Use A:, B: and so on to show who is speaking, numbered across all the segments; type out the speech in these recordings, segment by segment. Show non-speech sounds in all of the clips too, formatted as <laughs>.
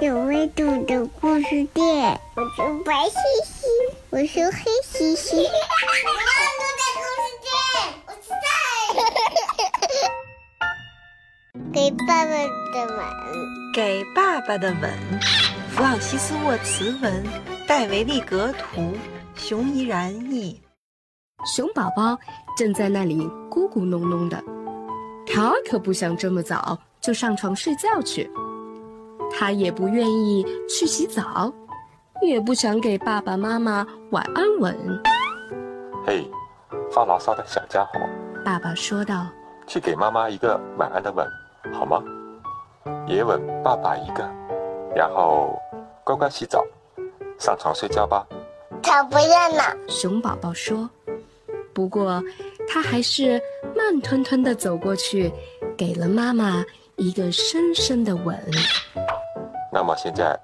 A: 有温度的故事店。我是白西西，我是黑西西。
B: 我们都在故事店，我是在。
A: 给爸爸的吻，
C: 给爸爸的吻，弗朗西斯沃茨文，戴维利格图，熊怡然译。
D: 熊宝宝正在那里咕咕哝哝的，他可不想这么早就上床睡觉去，他也不愿意去洗澡，也不想给爸爸妈妈晚安吻。
E: 嘿，发牢骚的小家伙，
D: 爸爸说道
E: 去给妈妈一个晚安的吻，好吗？也吻爸爸一个，然后乖乖洗澡，上床睡觉吧。
A: 他不要呢。：“
D: 熊宝宝说。”不过，他还是慢吞吞地走过去，给了妈妈一个深深的吻。
E: 那么现在，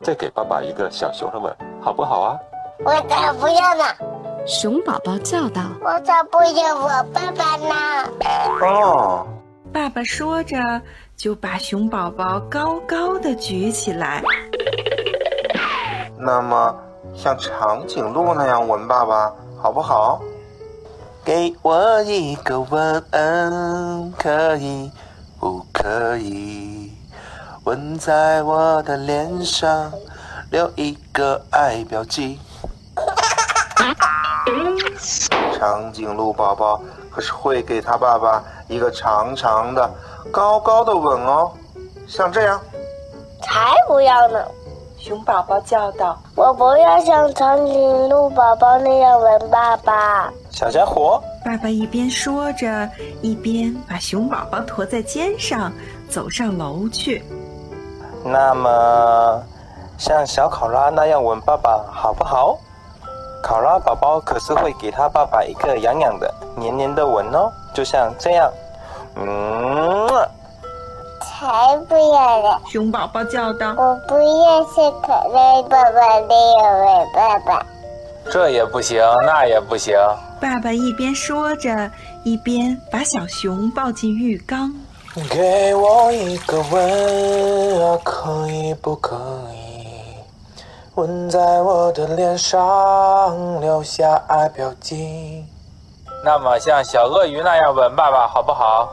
E: 再给爸爸一个小熊的吻，好不好啊？
A: 我才不要呢！
D: 熊宝宝叫道。
A: 我才不要我爸爸呢！
E: 哦，
C: 爸爸说着，就把熊宝宝高高的举起来。
F: 那么像长颈鹿那样吻爸爸，好不好？给我一个吻，可以不可以？吻在我的脸上，留一个爱标记。长颈鹿宝宝可是会给他爸爸一个长长的、高高的吻哦，像这样。
A: 才不要呢！
C: 熊宝宝叫道
A: 我不要像长颈鹿宝宝那样吻爸爸。
F: 小家伙，：“
C: 爸爸！”一边说着，一边把熊宝宝驮在肩上，走上楼去。
F: 那么，像小考拉那样吻爸爸好不好？考拉宝宝可是会给他爸爸一个痒痒的、黏黏的吻哦，就像这样。嗯，
A: 才不要呢！
C: 熊宝宝叫道
A: 我不要像可爱爸爸那样吻爸爸。
F: 这也不行，那也不行。：“
C: 爸爸！”一边说着，一边把小熊抱进浴缸。
F: 给我一个吻啊，可以不可以？吻在我的脸上，留下爱标记。
G: 那么像小鳄鱼那样吻爸爸好不好？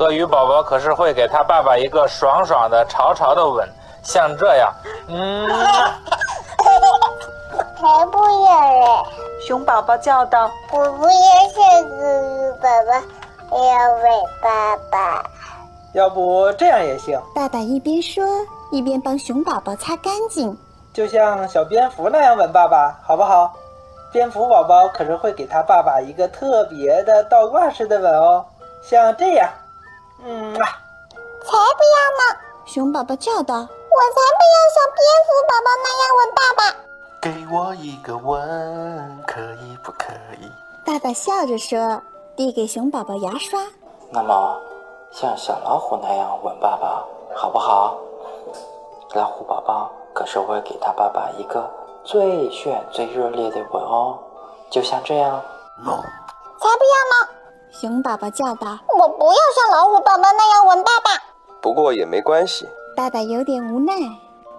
G: 鳄鱼宝宝可是会给他爸爸一个爽爽的、潮潮的吻，像这样，嗯，
A: 才不要嘞！
C: 熊宝宝叫道
A: 我不要像哥哥爸爸那样吻哎爸爸。
H: 要不这样也行，
I: 爸爸一边说，一边帮熊宝宝擦干净。
H: 就像小蝙蝠那样吻爸爸，好不好？蝙蝠宝宝可是会给他爸爸一个特别的倒挂式的吻哦，像这样，嗯啊。
I: 才不要呢！熊宝宝叫道：“我才不要像蝙蝠宝宝那样吻爸爸。
F: 给我一个吻，可以不可以？”
I: 爸爸笑着说，递给熊宝宝牙刷。
F: 那么，像小老虎那样吻爸爸，好不好？老虎宝宝可是会给他爸爸一个最炫、最热烈的吻哦，就像这样。
I: 才不要呢！熊宝宝叫道。
A: 我不要像老虎宝宝那样吻爸爸。
F: 不过也没关系，
I: 爸爸有点无奈，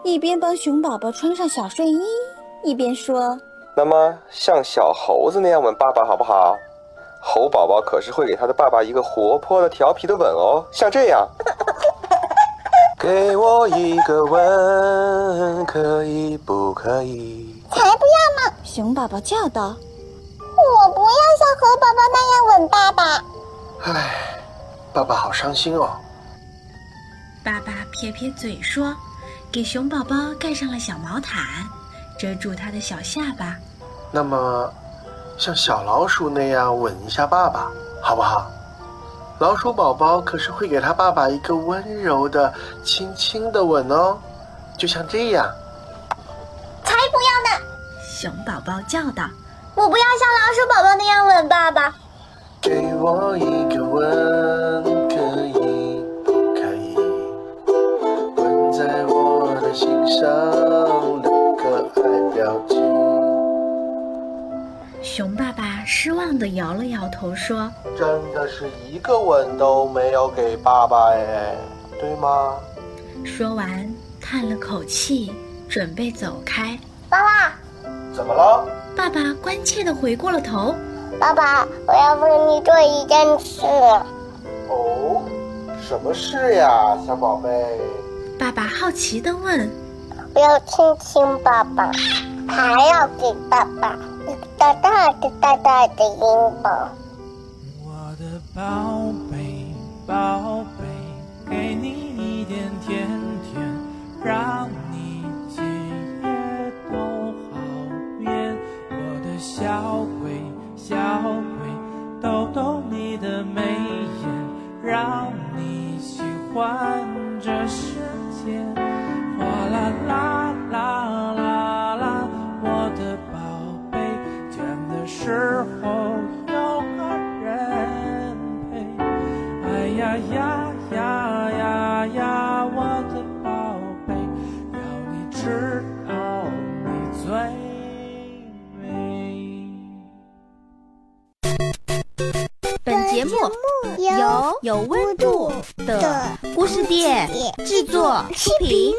I: 一边帮熊宝宝穿上小睡衣，一边说
J: 那么，像小猴子那样吻爸爸好不好？猴宝宝可是会给他的爸爸一个活泼的、调皮的吻哦，像这样。
F: <laughs> 给我一个吻，可以不可以？：“
I: 熊宝宝叫道，
A: 我不要像猴宝宝那样吻爸爸。
F: 唉，爸爸好伤心哦。
K: 爸爸撇撇嘴说：“给熊宝宝盖上了小毛毯，遮住他的小下巴。
F: 那么，像小老鼠那样吻一下爸爸，好不好？老鼠宝宝可是会给他爸爸一个温柔的、轻轻的吻哦，就像这样。
A: 才不要呢！”
K: 熊宝宝叫道
A: 我不要像老鼠宝宝那样吻爸爸。
F: 给我一个吻，可以不可以？吻在我的心上，留个爱标记。：“
K: 熊爸爸失望地摇了摇头说
F: 真的是一个吻都没有给爸爸哎，对吗？：‘
K: 说完，他
D: 叹了口气，准备走开。
A: 爸爸，
F: 怎么了？
D: 爸爸关切地回过了头。
A: 爸爸，我要为你做一件事。
F: 哦，什么事呀，小宝贝？
D: 爸爸好奇地问
A: 我要亲亲爸爸，还要给爸爸一个大大的、大大的拥抱。
L: 我的宝贝，宝贝，给你一点甜甜，让你今夜都好眠。我的小鬼，小鬼，逗逗你的眉眼，让你喜欢这世界。哗啦啦啦啦啦，我的宝贝，倦的时候有个人陪。哎呀呀呀呀呀，我的宝贝，要你知道你最美。
M: 本节目由有温度的故事店制作出品。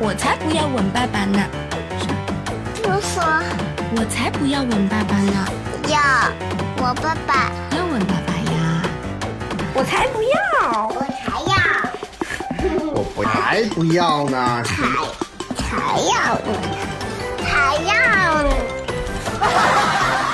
N: 我才不要吻爸爸呢！
O: 我说
N: 我才不要吻爸爸呢！
O: 要我爸爸，
N: 要吻爸爸呀！
O: 我才不要，我才要，
H: 我不还不要呢，
O: 才要呢，才要呢。